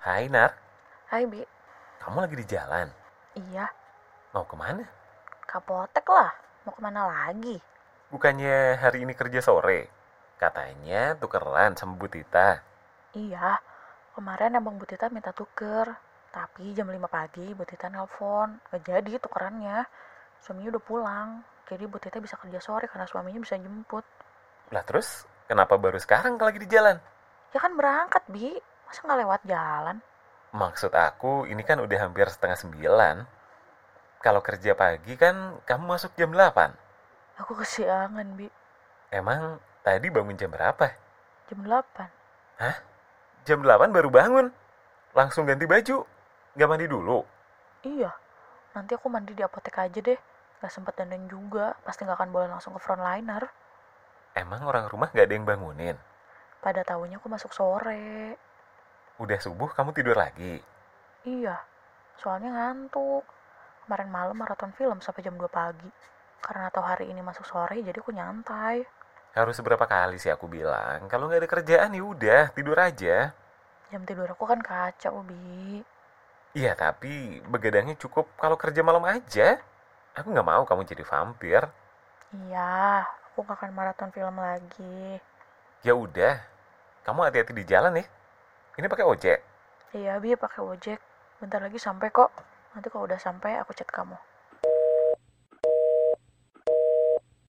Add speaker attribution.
Speaker 1: Hai nak,
Speaker 2: Hai Bi,
Speaker 1: kamu lagi di jalan.
Speaker 2: iya,
Speaker 1: Mau kemana?
Speaker 2: kapotek lah. Mau kemana lagi?
Speaker 1: Bukannya hari ini kerja sore? Katanya tukeran sama Bu Tita.
Speaker 2: Iya, kemarin abang Butita minta tuker. Tapi jam 5 pagi Butita nelpon, gak jadi tukerannya. Suaminya udah pulang, jadi Butita bisa kerja sore karena suaminya bisa jemput.
Speaker 1: Lah terus, kenapa baru sekarang kalau lagi di jalan?
Speaker 2: Ya kan berangkat Bi, masa nggak lewat jalan?
Speaker 1: Maksud aku, ini kan udah hampir setengah sembilan. Kalau kerja pagi kan kamu masuk jam 8.
Speaker 2: Aku kesiangan Bi,
Speaker 1: Emang tadi bangun jam berapa?
Speaker 2: jam 8.
Speaker 1: Jam 8 baru bangun. Langsung ganti baju. Gak mandi dulu.
Speaker 2: Iya, nanti aku mandi di apotek aja deh. Gak sempet dandan juga, pasti gak akan boleh langsung ke frontliner.
Speaker 1: Emang orang rumah gak ada yang bangunin?
Speaker 2: Pada tahunya aku masuk sore.
Speaker 1: Udah subuh kamu tidur lagi.
Speaker 2: Iya, soalnya ngantuk. Kemarin malam maraton film sampai jam 2 pagi. Karena tahu hari ini masuk sore, jadi aku nyantai.
Speaker 1: Harus seberapa kali sih aku bilang, kalau nggak ada kerjaan ya udah tidur aja.
Speaker 2: Jam tidur aku kan kacau, Bi.
Speaker 1: Iya tapi begadangnya cukup kalau kerja malam aja. Aku nggak mau kamu jadi vampir.
Speaker 2: Iya, aku gak akan maraton film lagi.
Speaker 1: Ya udah, kamu hati-hati di jalan ya. Ini pakai ojek.
Speaker 2: Iya, Bi, pakai ojek. Bentar lagi sampai kok. Nanti kalau udah sampai, aku chat kamu.